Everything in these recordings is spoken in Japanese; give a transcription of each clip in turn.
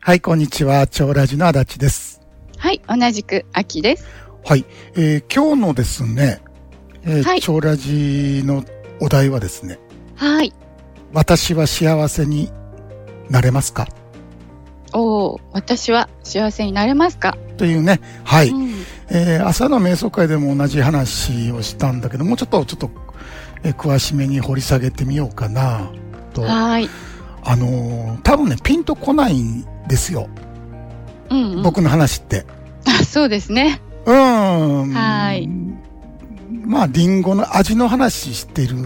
はい、こんにちは。超ラジの足立です。はい、同じく秋です。はい、えー今日のですね、えーはい超ラジのお題はですね、はい。私は幸せになれますかおお、私は幸せになれますか。というね、はい、うんえー朝の瞑想会でも同じ話をしたんだけども、うちょっと、ちょっと、えー詳しめに掘り下げてみようかな、と。あはーい。のー多分ね、ピンとこないんですよ。うん、うん。僕の話って。あ、そうですね。うーん。はいまあ、リンゴの味の話してるうん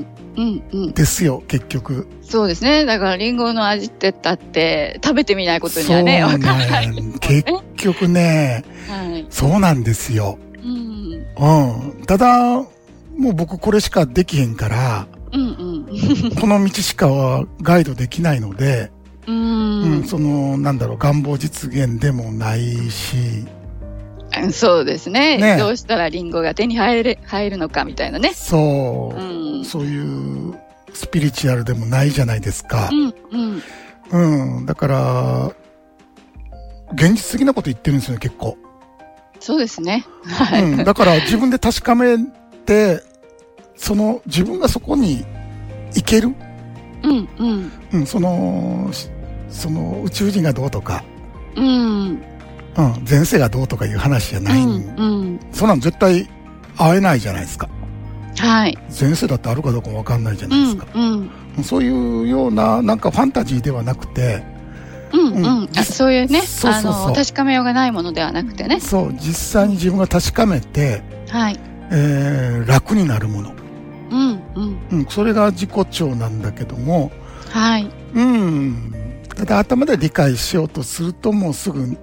ん。うんうん、ですよ、結局。そうですね。だから、リンゴの味ってったって、食べてみないことにはね、わそかうんな。ないん結局ね、はい。そうなんですよ。うん。うん。ただ、もう僕これしかできへんから、うんこの道しかはガイドできないので、うん。うんうん、その、なんだろう、願望実現でもないし、うん。そうですねねどうしたらリンゴが手に入れ、入るのかみたいなね。そうう、ん。そういうスピリチュアルでもないじゃないですかう。ん。うん。うん、だから、現実的なこと言ってるんですよね、結構。そうですね。はい。うん、だから自分で確かめて、その自分がそこに行ける、うん。うん。うん、その、しその宇宙人がどうとか、うん。うん、前世がどうとかいう話じゃない、うん。うん。そんなの絶対会えないじゃないですか。はい。前世だってあるかどうかもわかんないじゃうないですんか。。うん。そういうような、なんかファンタジーではなくて、うんうんうん、あそういうねそうそうそうあの確かめようがないものではなくてねそう、実際に自分が確かめて、はいえー、楽になるもの。うんうんうん、それが自己調なんだけども、はいうん。ただ頭で理解しようとするともうすぐ、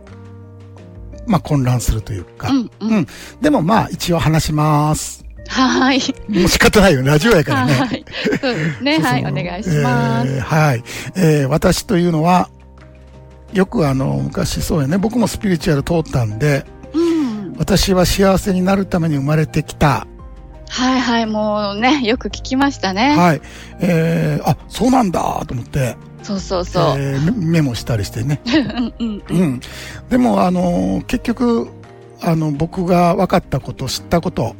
まあ混乱するというか。うんうん、うんでもまあ一応話します。はーいもう仕方ないよ、ラジオやからはね。ーいそうですねそうそうはいお願いします、えーはい。えー私というのは、よくあの、昔そうやね、僕もスピリチュアル通ったんで、うん私は幸せになるために生まれてきた。はいはいもうねよく聞きましたね、はい。えーあ、そうなんだと思って、そうそうそう、えーメメモしたりしてね。うんうんうん。でも、あの、結局、あの、僕が分かったこと、知ったこと、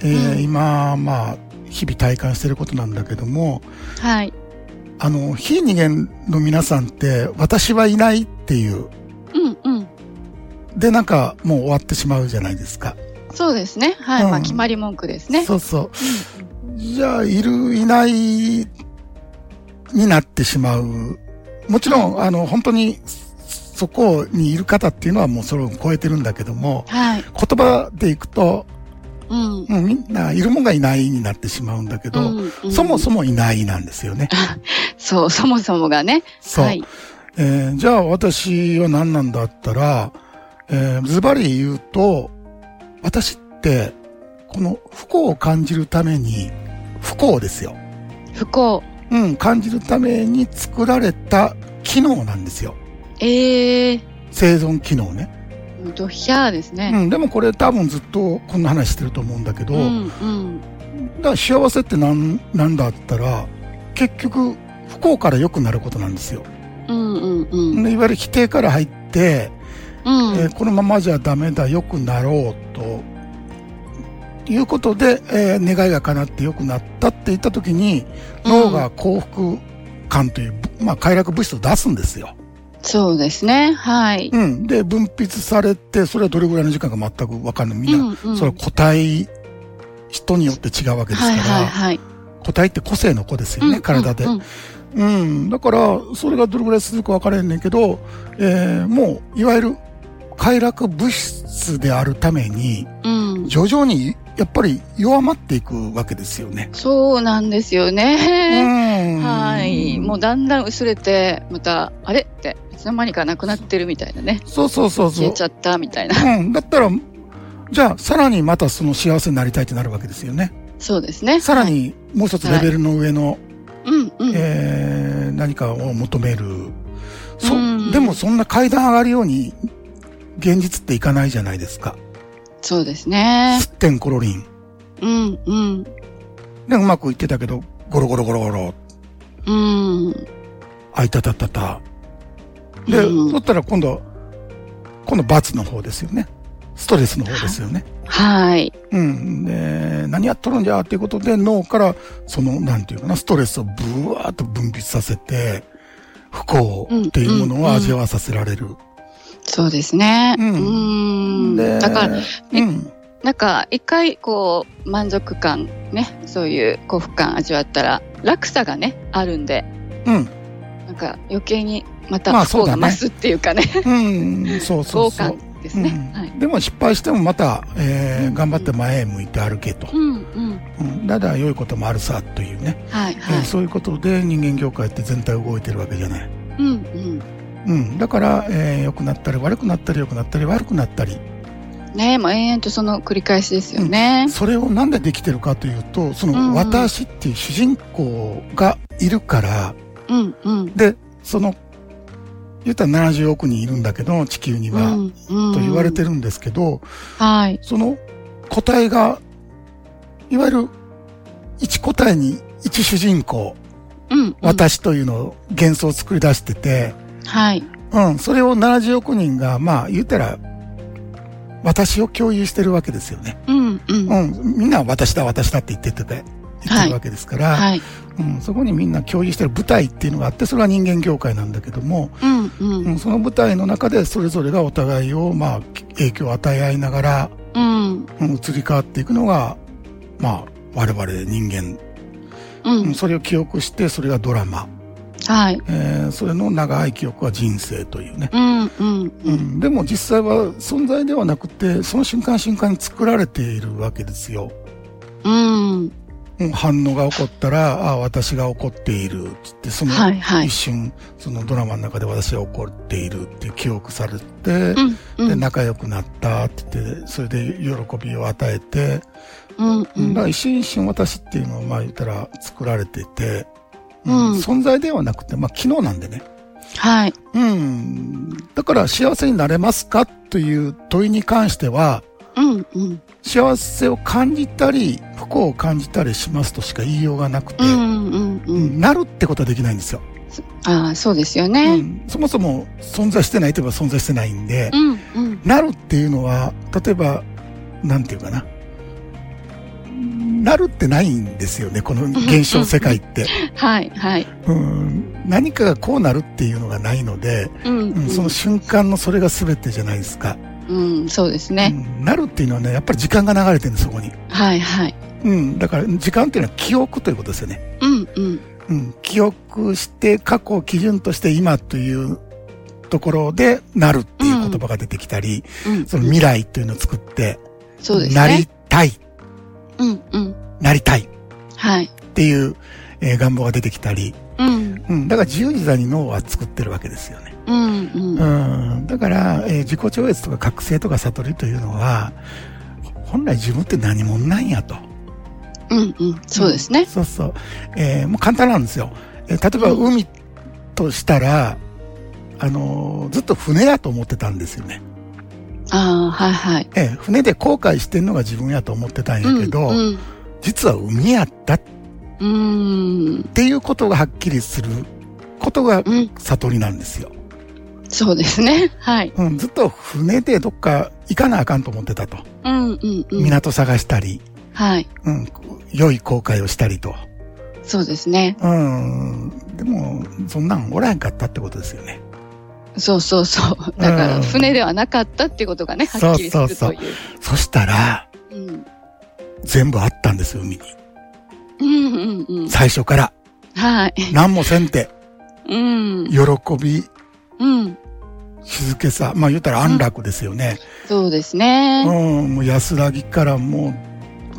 えーうん今、まあ、日々体感してることなんだけども、はいあの、非人間の皆さんって、私はいないっていう、うんうんで、なんか、もう終わってしまうじゃないですか。そうですねはい、うんまあ決まり文句ですねそうそう。じゃあ、いる、いない、になってしまう。もちろん、あの、本当に、そこにいる方っていうのはもうそれを超えてるんだけども、はい言葉でいくと、うんもうみんないるもんがいないになってしまうんだけど、うんうんそもそもいないなんですよね。そうそもそもがねそう、はいえーじゃあ私は何なんだったら、えーズバリ言うと、私って、この不幸を感じるために、不幸ですよ。不幸うん、感じるために作られた機能なんですよ。ええ生存機能ね。ー、ドヒャーですうね、ん、でもこれ多分ずっとこんな話してると思うんだけど、うんうんだから幸せってなん、なんだったら、結局、不幸から良くなることなんですよ。うんうんうんでいわゆる否定から入って、うんえーこのままじゃダメだ、良くなろうと、いうことで、えー願いが叶って良くなったって言った時に、脳が幸福感という、まあ、快楽物質を出すんですよ。そうですね。はい。うん。で、分泌されて、それはどれぐらいの時間か全くわかんない。みんな、うんうんそれは個体、人によって違うわけですから、はいはいはい。個体って個性の子ですよね、うん体で。うんうん、だから、それがどれぐらい続くか分からへんねんけど、えーもう、いわゆる、快楽物質であるために、うん。徐々に、やっぱり弱まっていくわけですよね。そうなんですよね。うんはい。もうだんだん薄れて、また、あれって、いつの間にかなくなってるみたいなね。そうそうそうそ消えうち。ゃったみたいな。うん、だったら、じゃあ、さらにまたその幸せになりたいってなるわけですよね。そうですね。さらはい。に、もう一つレベルの上の、うんうん。えー何かを求める。そ、うんでもそんな階段上がるように、現実っていかないじゃないですか。そうですね。すってんころりん。うんうん。で、うまくいってたけど、ゴロゴロゴロゴロ、うん。あいたたたた、で、うん取ったら今度、今度罰の方ですよね。ストレスの方ですよね。はい。うん。で、何やっとるんじゃっていうことで脳から、その、なんていうかな、ストレスをブワーッと分泌させて、不幸っていうものを味わわさせられる。そうですね。うんうん。で、だから、うん。なんか、一回、こう、満足感、ね、そういう幸福感味わったら、落差がね、あるんで、うん。なんか、余計に、ままたあ不そう幸だがね増すっていうかね、うん。そうそう豪 そう。感ですね。うんはい。でも失敗してもまた、えーうん頑張って前へ向いて歩けと、うん、うん。うん、だから良いこともあるさというね、はい、えはーい。そういうことで人間業界って全体動いてるわけじゃない、うん、うん。うん、だから、えー良くなったり悪くなったり良くなったり悪くなったりねもう延々とその繰り返しですよね。それをなんでできてるかというとそうんうのん私っていう主人公がいるからうん、うん。でその言ったら70億人いるんだけど地球には、うんうんと言われてるんですけど、はい。その個体が、いわゆる一個体に一主人公、うん、うん。私というのを幻想を作り出してて、はい。うん、それを70億人が、まあ言ったら、私を共有してるわけですよね。うん、うん。うん、みんな私だ私だって言ってて、言ってるわけですから、はい。うん、そこにみんな共有してる舞台っていうのがあって、それは人間業界なんだけども、うん、うんう。ん、その舞台の中でそれぞれがお互いを、まあ影響を与え合いながら、うん。うん移り変わっていくのが、まあ、我々人間、ううんん。それを記憶してそれがドラマ、はい。えーそれの長い記憶は人生というね、うん、うん。う。ん、でも実際は存在ではなくてその瞬間瞬間に作られているわけですよ、うん。うん、反応が起こったらあ私が怒っているっつってそのはい、はい一。瞬、そのドラマの中で私が怒っているって記憶されて、うん、うでん。仲良くなったって言ってそれで喜びを与えてうん、うだん。から一瞬一瞬私っていうのはまあ言ったら作られてて、うん存在ではなくて、まあ、昨日なんでね、はい。うん、だから幸せになれますかという問いに関してはうん、うん。幸せを感じたり不幸を感じたりしますとしか言いようがなくて、うん、うん、う。うんんなるってことはできないんですよ、ああ、そうですようね。ん、そもそも存在してないといえば存在してないんで、うん、うん。なるっていうのは例えばなんていうかななるってないんですよねこの現象世界ってはい、はい。うん何かがこうなるっていうのがないので、うんうん、その瞬間のそれが全てじゃないですか、うん、そうですうね。ん、なるっていうのはねやっぱり時間が流れてるんですそこに、はい、はい。うん、だから時間っていうのは記憶ということですよね、うん、うん。うん、記憶して過去を基準として今というところでなるっていう言葉が出てきたり、うん。その未来というのを作って、そうですなりね。たいうん、うん。なりたいっはい。ていう、えー願望が出てきたり、うん、うん、だから自由自在に脳は作ってるわけですよねうん、うん。うんだから、えー自己超越とか覚醒とか悟りというのは、本来自分って何者なんやと。うん、うん。そうですね。そうそう。えーもう簡単なんですよ。えー例えばうん海としたら、あのーずっと船やと思ってたんですよね。ああ、はい、はい。えー船で後悔してんのが自分やと思ってたんやけど、うん、実は海やったっうん。ていうことがはっきりすることがうん、悟りなんですよ。そうですね。はい。うん、ずっと船でどっか行かなあかんと思ってたと。うん、うん、うん。港探したり、はい。うん、良い後悔をしたりと。そうですね。うん。でも、そんなんおらへんかったってことですよね。そうそうそう。だかうんら、船ではなかったってことがね、はっきりするそとうそういう。そしたら、うん全部あったんですよ、海に。うんうんうん。最初から。はい。何もせんて、うん。喜び、うん。静けさ、まあ言ったら安楽ですよね。そうですうね。ん、もう安らぎからもう、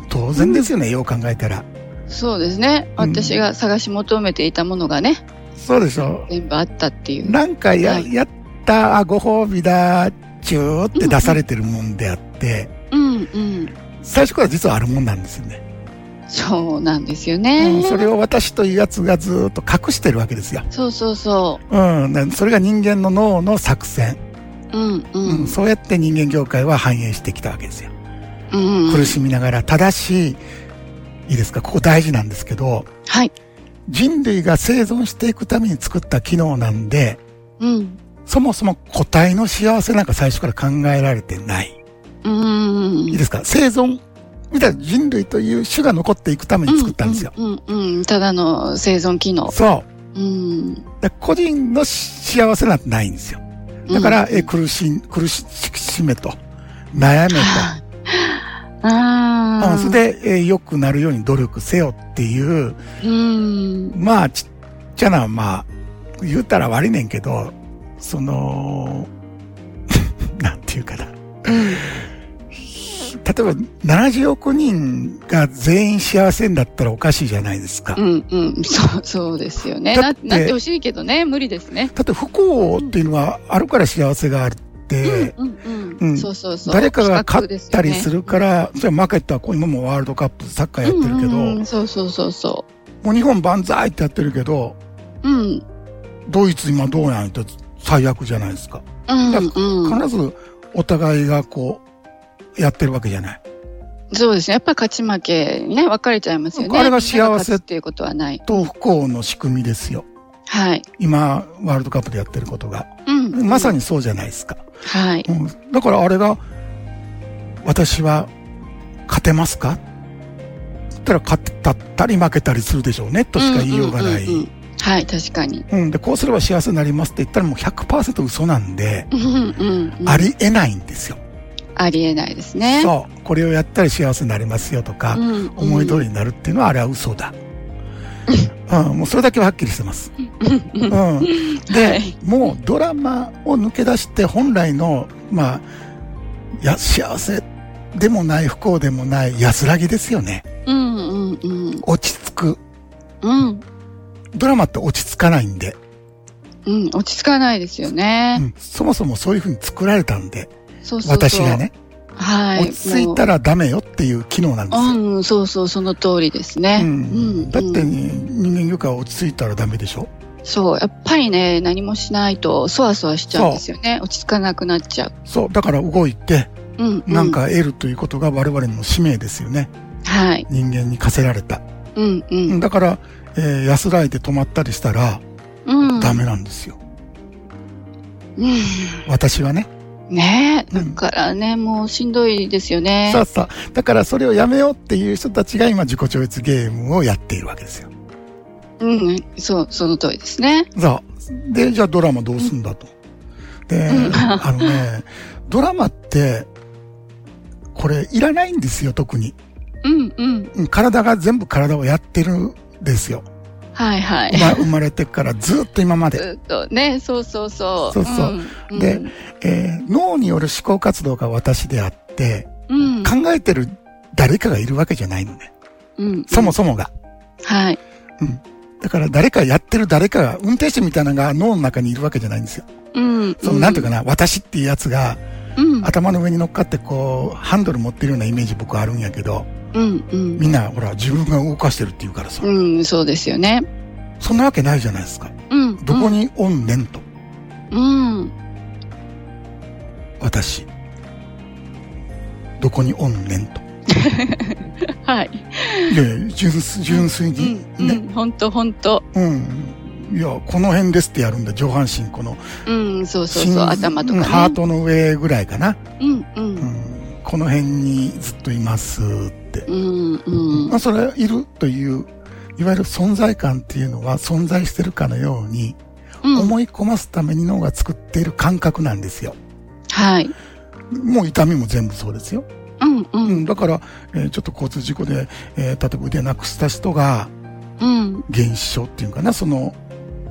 当然ですよね、よう考えたら。そうですね。うん私が探し求めていたものがね、そうでしょ。全部あったっていう。なんかや、はいやった、あ、ご褒美だ、チューって出されてるもんであって、うんうん。最初から実はあるもんなんですよね。そうなんですようんね。それを私というやつがずーっと隠してるわけですよ。そうそうそうん、なそれが人間の脳の作戦、う。うんううんん。そうやって人間業界は繁栄してきたわけですよ。うん。苦しみながら、ただし、いいですか、ここ大事なんですけど、はい。人類が生存していくために作った機能なんで、うん。そもそも個体の幸せなんか最初から考えられてない。ういいん。ですか生存。みたいな人類という種が残っていくために作ったんですよ。うんうんうん。ただの生存機能。そう。うん。だから個人の幸せなんてないんですよ。だから、え苦しん、苦し、しめと、悩めと、ああ。あそれで、えー良くなるように努力せよっていう、うん。まあ、ちっちゃな、まあ、言うたら悪いねんけど、その、 なんていうかな。例えば、70億人が全員幸せになったらおかしいじゃないですか。うんうん。そう、そうですよね。だな、ってなってほしいけどね。無理ですね。だって不幸っていうのはあるから幸せがあるって、うんううんん。そうそうそう。誰かが勝比較ですったよねりするから、じゃあ負けたらこう今もワールドカップサッカーやってるけど、うんうんそうそうそうそもう日本万歳ってやってるけど、う。うん。ドイツ今どうなんって最悪じゃないですか。うんうん、必ずお互いがこう、やってるわけじゃない。そうですね。やっぱ勝ち負けね、分かれちゃいますよね。あれが幸せみんなが勝つっていうことはない。と不幸の仕組みですよ。はい。今、ワールドカップでやってることが。うん。まさに。にそうじゃないですか。はい。うん、だからあれが、私は勝てますか言ったら勝ったり負けたりするでしょうね、としか言いようがない。んんうんうんはい、確かに。うん、で、こうすれば幸せになりますって言ったらもう100%嘘なんで、うんうんうんありえないんですよ。ありえないですね。そう。これをやったら幸せになりますよとか、うんうん思い通りになるっていうのはあれは嘘だ。うん、もうそれだけははっきりしてます。うん、で、はいもうドラマを抜け出して本来の、まあ、いや、幸せでもない、不幸でもない、安らぎですよね。うんうんうん。落ち着く。うん。ドラマって落ち着かないんで、うん。落ち着かないですようね。ん、そもそもそういう風に作られたんで、そうそうそう。私が。ね、はい。落ち着いたらダメよっていう機能なんですもよ。う。うん、そうそう、その通りですね。ううんん、うんだって、人間業界は落ち着いたらダメでしょそう、やっぱりね、何もしないと、そわそわしちゃうんですよね。落ち着かなくなっちゃう。そう、だから動いて、うん、うん。なん。か得るということが我々の使命ですよね。はい。人間に課せられた。うん、うん。だから、えー安らいで止まったりしたらうん。ダメなんですよ。うん。私はね。ねえ、うだんからね、もうしんどいですよねさ。あさあ、だからそれをやめようっていう人たちが今自己超越ゲームをやっているわけですよ。うん、そう、その通りですね。そう。で、じゃあドラマどうすんだと。で、うんあのね、ドラマって、これいらないんですよ、特に。うん、うん。うん体が全部体をやってるんですよ。はい、はい生。ま生まれてからずっと今まで。ずっとね、そうそうそう。そうそうんんでえー脳による思考活動が私であって、うん。考えてる誰かがいるわけじゃないのね。うん。そもそもが。はい。だから誰かやってる誰かが、運転手みたいなのが脳の中にいるわけじゃないんですよ。うん。その、なんていうかな、私っていうやつがうん。頭の上に乗っかってこう、ハンドル持ってるようなイメージ僕はあるんやけど、うん、うんみんなほら自分が動かしてるって言うからさ、うん。そうですよね。そんなわけないじゃないですか。うん。どこにおんねんと、うん。私。どこにおんねんと。はい。いやいや、純粋純粋うに、ん、うね、ん。ほんと、ほんと。うん。いや、この辺ですってやるんだ、上半身、この、うん、そうそうそう。心頭とかうね。んハートの上ぐらいかな、うん、う。うんん、この辺にずっといますって、うん、うんま。あ、それいるといういわゆる存在感っていうのは存在してるかのようにうん。思い込ますために脳が作っている感覚なんですよはい。もう痛みも全部そうですよ、うん、う。うんん、だから、えーちょっと交通事故で、えー例えば腕なくした人がうん。現象っていうかなその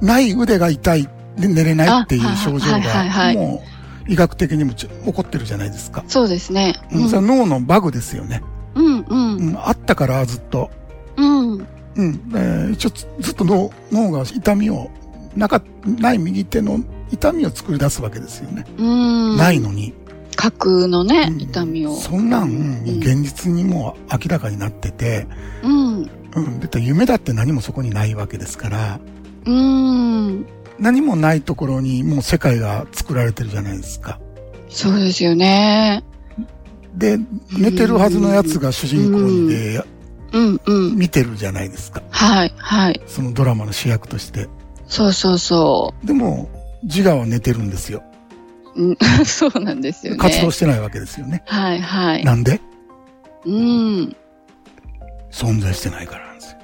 ない腕が痛いで寝れないっていう症状あはいはいがはいはいもう医学的にもち起こってるじゃないですかそうですね。うん、それは脳のバグですよね。うん、うんう。ん、あったからずっと。うん。うん、えー一応ずずっと脳脳が痛みを、なか、ない右手の痛みを作り出すわけですよね。うん。ないのに。架空のね、うん痛みを。そんなん、もううん現実にもう明らかになってて、うん。うん、だって夢だって何もそこにないわけですから、うん。何もないところにもう世界が作られてるじゃないですか。そうですよね。で、寝てるはずのやつが主人公でうんうん。見てるじゃないですか。はい、はい。そのドラマの主役として。そうそうそでも、自我は寝てるんですよ。うん そうなんですよね。活動してないわけですよね。はいはい。なんでうん。存在してないからなんですよ。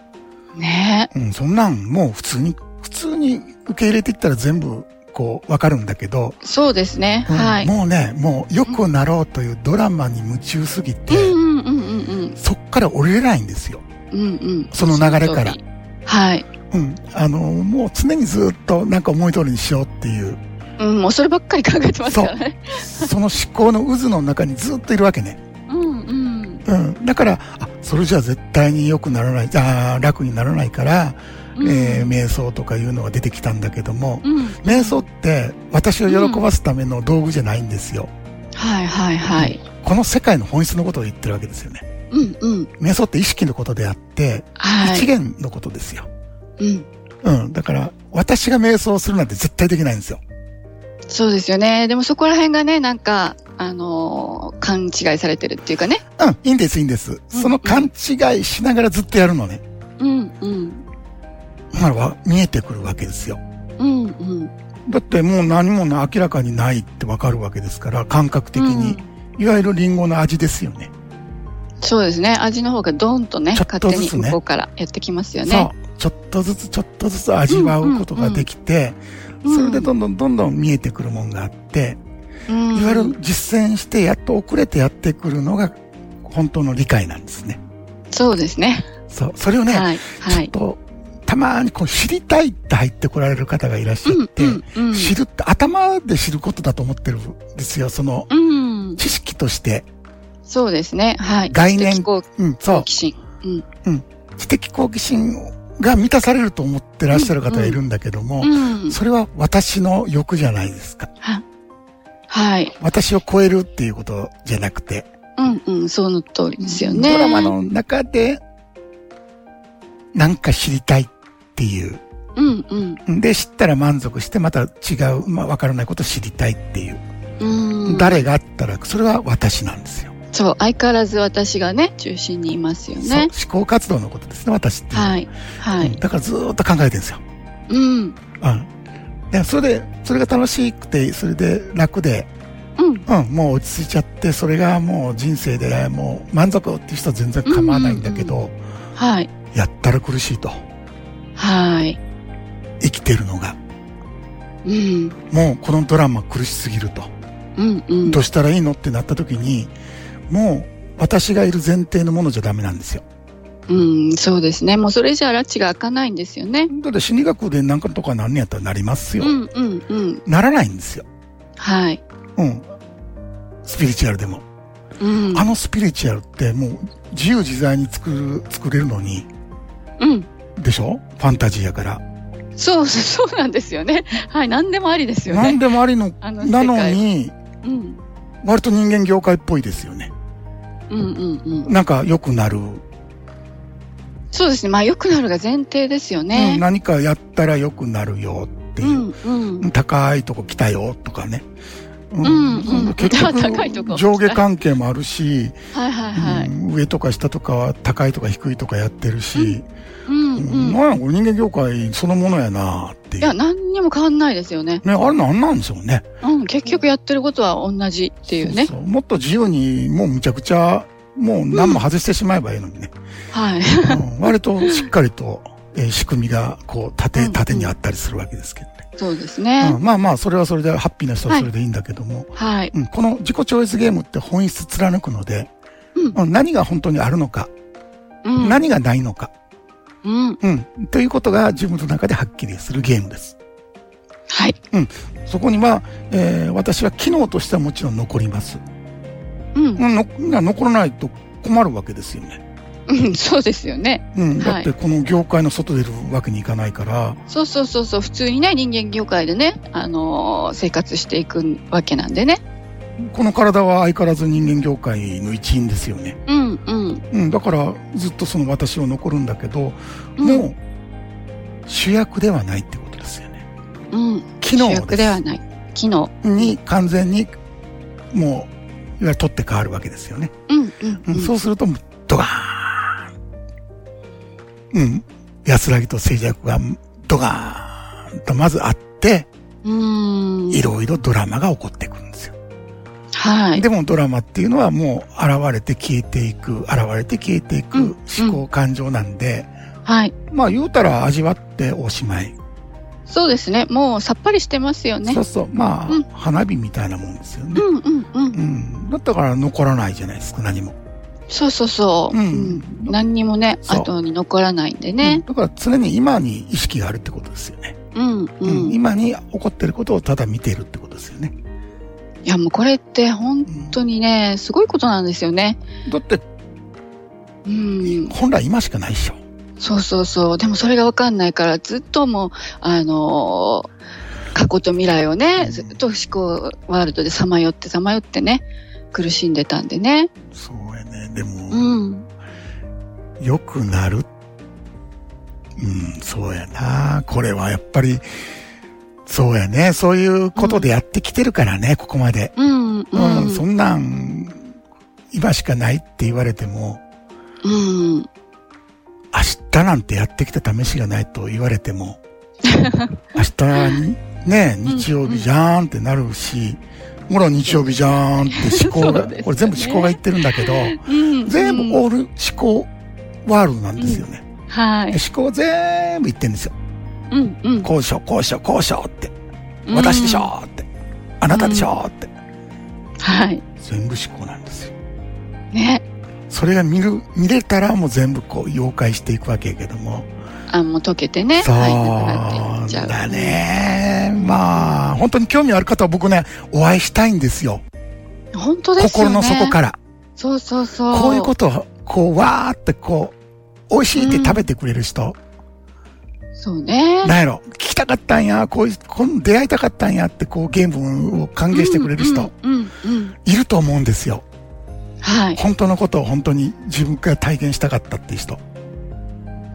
ねうん、そんなんもう普通に、普通に受け入れていったら全部こうわかるんだけど、そうですね。うんはい。もうね、もう良くなろうというドラマに夢中すぎて、うんうんうんうんそっから降りれないんですよ。うん。うんうん。その流れからその通り。はい。うん。あの、もう常にずっとなんか思い通りにしようって いう、うん、もうそればっかり考えてますからね。その思考の渦の中にずっといるわけね。うんうん。うん。だから、あ、それじゃ絶対に良くならない、あー楽にならないから、うんえー瞑想とかいうのが出てきたんだけども、うん。瞑想って私を喜ばすための道具じゃないんですよ。はいはいはい。この世界の本質のことを言ってるわけですよね。うんうん。瞑想って意識のことであって、は一い。元のことですよ。うん。うん。だから、私が瞑想するなんて絶対できないんですよ。そうですよね。でもそこら辺がね、なんか、あのー勘違いされてるっていうかね。うん、いいんです、いいんです。その勘違いしながらずっとやるのね。うんうん。ほらわ、見えてくるわけですよ。うんうん。だってもう何もな明らかにないってわかるわけですから、感覚的にう。んいわゆるリンゴの味ですよね。そうですね。味の方がドンとね、ちょっ勝と手ずにつね向こうからやってきますよそうね。。ちょっとずつちょっとずつ味わうことができて、うんうんうんそれでどんどんどんどん見えてくるもんがあって、うんいわゆる実践してやっと遅れてやってくるのが本当の理解なんですね。そうですね。そう。それをね、はい。はちょい。っとたまにこう知りたいって入ってこられる方がいらっしゃって、うんうんうん知るって頭で知ることだと思ってるんですよ。そのうん。知識として、そうですね。はい。概念知的好うん、そ好う。奇心。うん。知的好奇心が満たされると思ってらっしゃる方がいるんだけども、うん。それは私の欲じゃないですか。ははい。私を超えるっていうことじゃなくて、うんうん。その通りですよね。ドラマの中で、なんか知りたいっていう。うんうん。で、知ったら満足して、また違う、まあ、わからないことを知りたいっていう。うん。誰があったら、それは私なんですよ。そう。相変わらず私がね、中心にいますよそうね。思考活動のことですね、私っていうのは。はい。はうんい。だからずーっと考えてるんですよ。うん。うん。で、それで、それが楽しくて、それで楽で、うん。うん、もう落ち着いちゃって、それがもう人生でもう満足っていう人は全然構わないんだけど、はい。やったら苦しいと。はい。生きてるのが。うん。もうこのドラマ苦しすぎると。うんうんど。うしたらいいのってなった時に、もう私がいる前提のものじゃダメなんですよ。うん。そうですね。もうそれじゃ拉致が開かないんですよね。だって心理学で何かとか何年やったらなりますうよ。んうんうん。ならないんですよ。はい。うん。スピリチュアルでも。うん。あのスピリチュアルってもう自由自在に作る、作れるのに、うん。でしょファンタジーやから。そう、そうそうなんですよね。はい。何でもありですよ何ね。でもありの、あの世な界のに、うん。割と人間業界っぽいですよね。うんうんうん。なんか良くなる。そうですね。まあ、良くなるが前提ですようんね。何かやったら良くなるよっていうう。んうん。高いとこ来たよとかね。ううんうん結局高いとこ上下関係もあるし、はいはいはい。うん上とか下とかは高いとか低いとかやってるし、うんうん。いなんやこれ人間業界そのものやなっていう。や、ね、何にも変わんないですよね。あれなんなんでしょうね。うん。結局やってることは同じっていうねそ。うそうもっと自由に、もうむちゃくちゃ、もう何も外してしまえばいいのに ね。はい。うん割としっかりと、えー仕組みがこううん縦、うん縦にあったりするわけですけどね。そうですうね。んまあまあ、それはそれでハッピーな人はそれでいいんだけども、はい。うん、この自己超越ゲームって本質貫くので、うんうん何が本当にあるのか、うん。何がないのか、うん。うん、ということが自分の中ではっきりするゲームです。はい。そこには、えー私は機能としてはもちろん残ります。うん。うんの残らないと困るわけですよね。うん。そうですよね。うん、だはっいてこの業界の外出るわけにいかないから、そうそうそうそう。普通にね、人間業界でね、あのー生活していくわけなんでね。この体は相変わらず人間業界の一員ですよね。うんうん。うん、だからずっとその私は残るんだけど、うんもう主役ではないってことですよね。うん。機能主です役ではない。機能。に完全にもういわゆる取って変わるわけですよね、うんうん、ううんん。そうするともうドガーンうん安らぎと静寂がドガーンとまずあってうん。いろいろドラマが起こっていくんですよ。はい。でもドラマっていうのはもう現れて消えていく、現れて消えていくうん思考感情なんで、はい。まあ言うたら味わっておしまい。そうですね。もうさっぱりしてますよねそう。そう、まあ、うん花火みたいなもんですようね。んうんうんう。ん。だったから残らないじゃないですか、何も。そうそうそう。ううんん。何にもね、そう後に残らないんでうんね。だから常に今に意識があるってことですよね。うんううん。ん。い今に起こってることをただ見ているってことですよね。やもうこれって本うん、当にね、すごいことなんですよね。だって、うん。本来今しかないでしょ。そうそうそう。でもそれがわかんないから、ずっともう、あのー過去と未来をうね、んずっと思考ワールドでさまよってさまよってね、苦しんでたんでね。そうやね。でうも、ん。良くなる。うん、そうやな。これはやっぱり、そうやね。そういうことでやってきてるからね、ここまで。うん。うん。うん、そんなん、今しかないって言われても、うん。明日なんてやってきた試しがないと言われて も、明日に、ね、ん日曜日じゃーんってなるし、もろ日曜日じゃーんって思考が、 そうですねこれ全部思考がいってるんだけど、うん。全部うんオール思考ワールドなんですよね。はい。思考は全部いってんですよ。うん。うん。こうしよう、こうしよう、こうしようって。私でしょーって。あなたでしょーって。うんはい。全部思考なんですよ。ね。それが見る、見れたらもう全部こう、溶解していくわけやけども。あ、もう溶けてね。そうはい。なくなっていっちゃう。だ。ね。まあ、本当に興味ある方は僕ね、お会いしたいんですよ。本当ですよ心ね。の底から。そうそうそう。こういうことを、こう、わーってこう、美味しいって食べてくれる人。そうね。なんやろ、聞きたかったんや、こういう、この出会いたかったんやって、こう、ゲームを歓迎してくれる人、うん。うん。うんいると思うんですよ。はい。本当のことを本当に自分が体験したかったっていう人。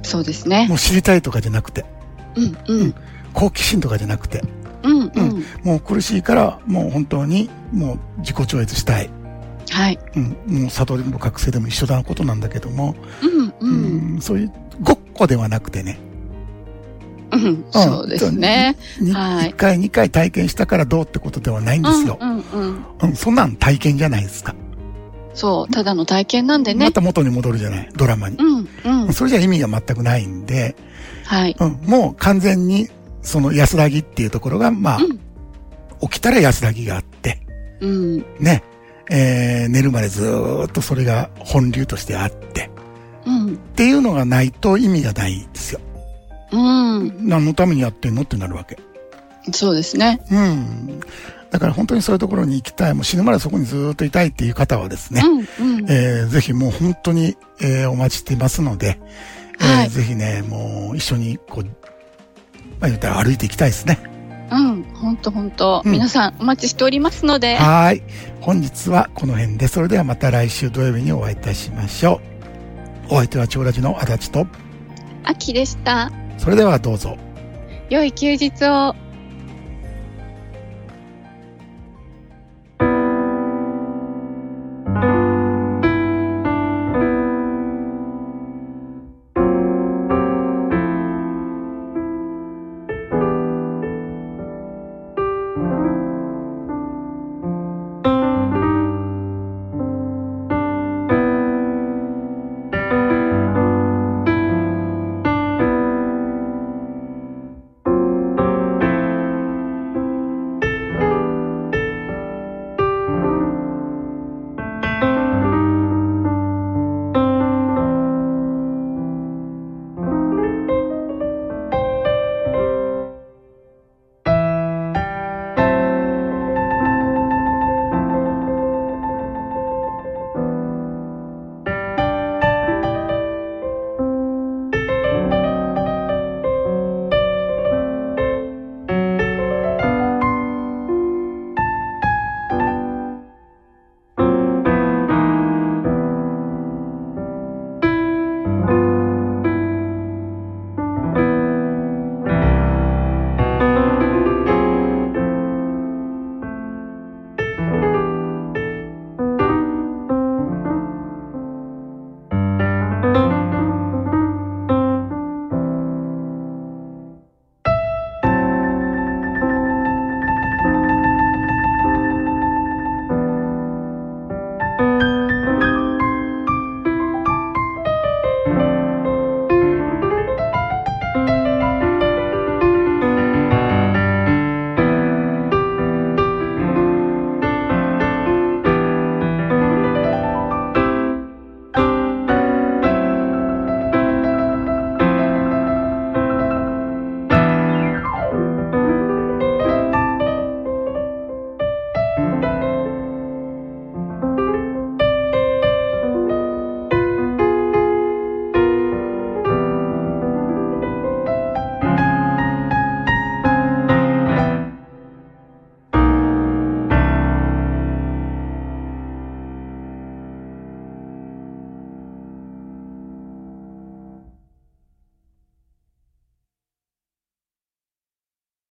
そうですね。もう知りたいとかじゃなくて、うん。うん。好奇心とかじゃなくて、うん。うん。もう苦しいから、もう本当に、もう自己超越したい。はい。うん、もう悟りでも覚醒でも一緒なことなんだけども、うん。うん。うんそういうごっこではなくてね、うん。そうですね。にはい一回二回体験したからどうってことではないんですよ。うん。うん。うん。うん、そんなん体験じゃないですか。そう。ただの体験なんでねま。た元に戻るじゃない、ドラマに。うん。うん。それじゃ意味が全くないんで、はい。うん、もう完全に、その安らぎっていうところが、まあ、うん起きたら安らぎがあって、うん。ね、えー、寝るまでずーっとそれが本流としてあって、うん。っていうのがないと意味がないんですよ。うん。何のためにやってんのってなるわけ。そうですね。うん。だから本当にそういうところに行きたい、もう死ぬまでそこにずーっといたいっていう方はですね、うん。うん。えーぜひもう本当に、えーお待ちしていますので、えーはいぜひね、もう一緒に、こう、まあ言ったら歩いていきたいですね。うん。ほんとほんと。うん皆さんお待ちしておりますので。はーい。本日はこの辺で、それではまた来週土曜日にお会いいたしましょう。お相手は長ラジの足立と、秋でした。それではどうぞ。良い休日を。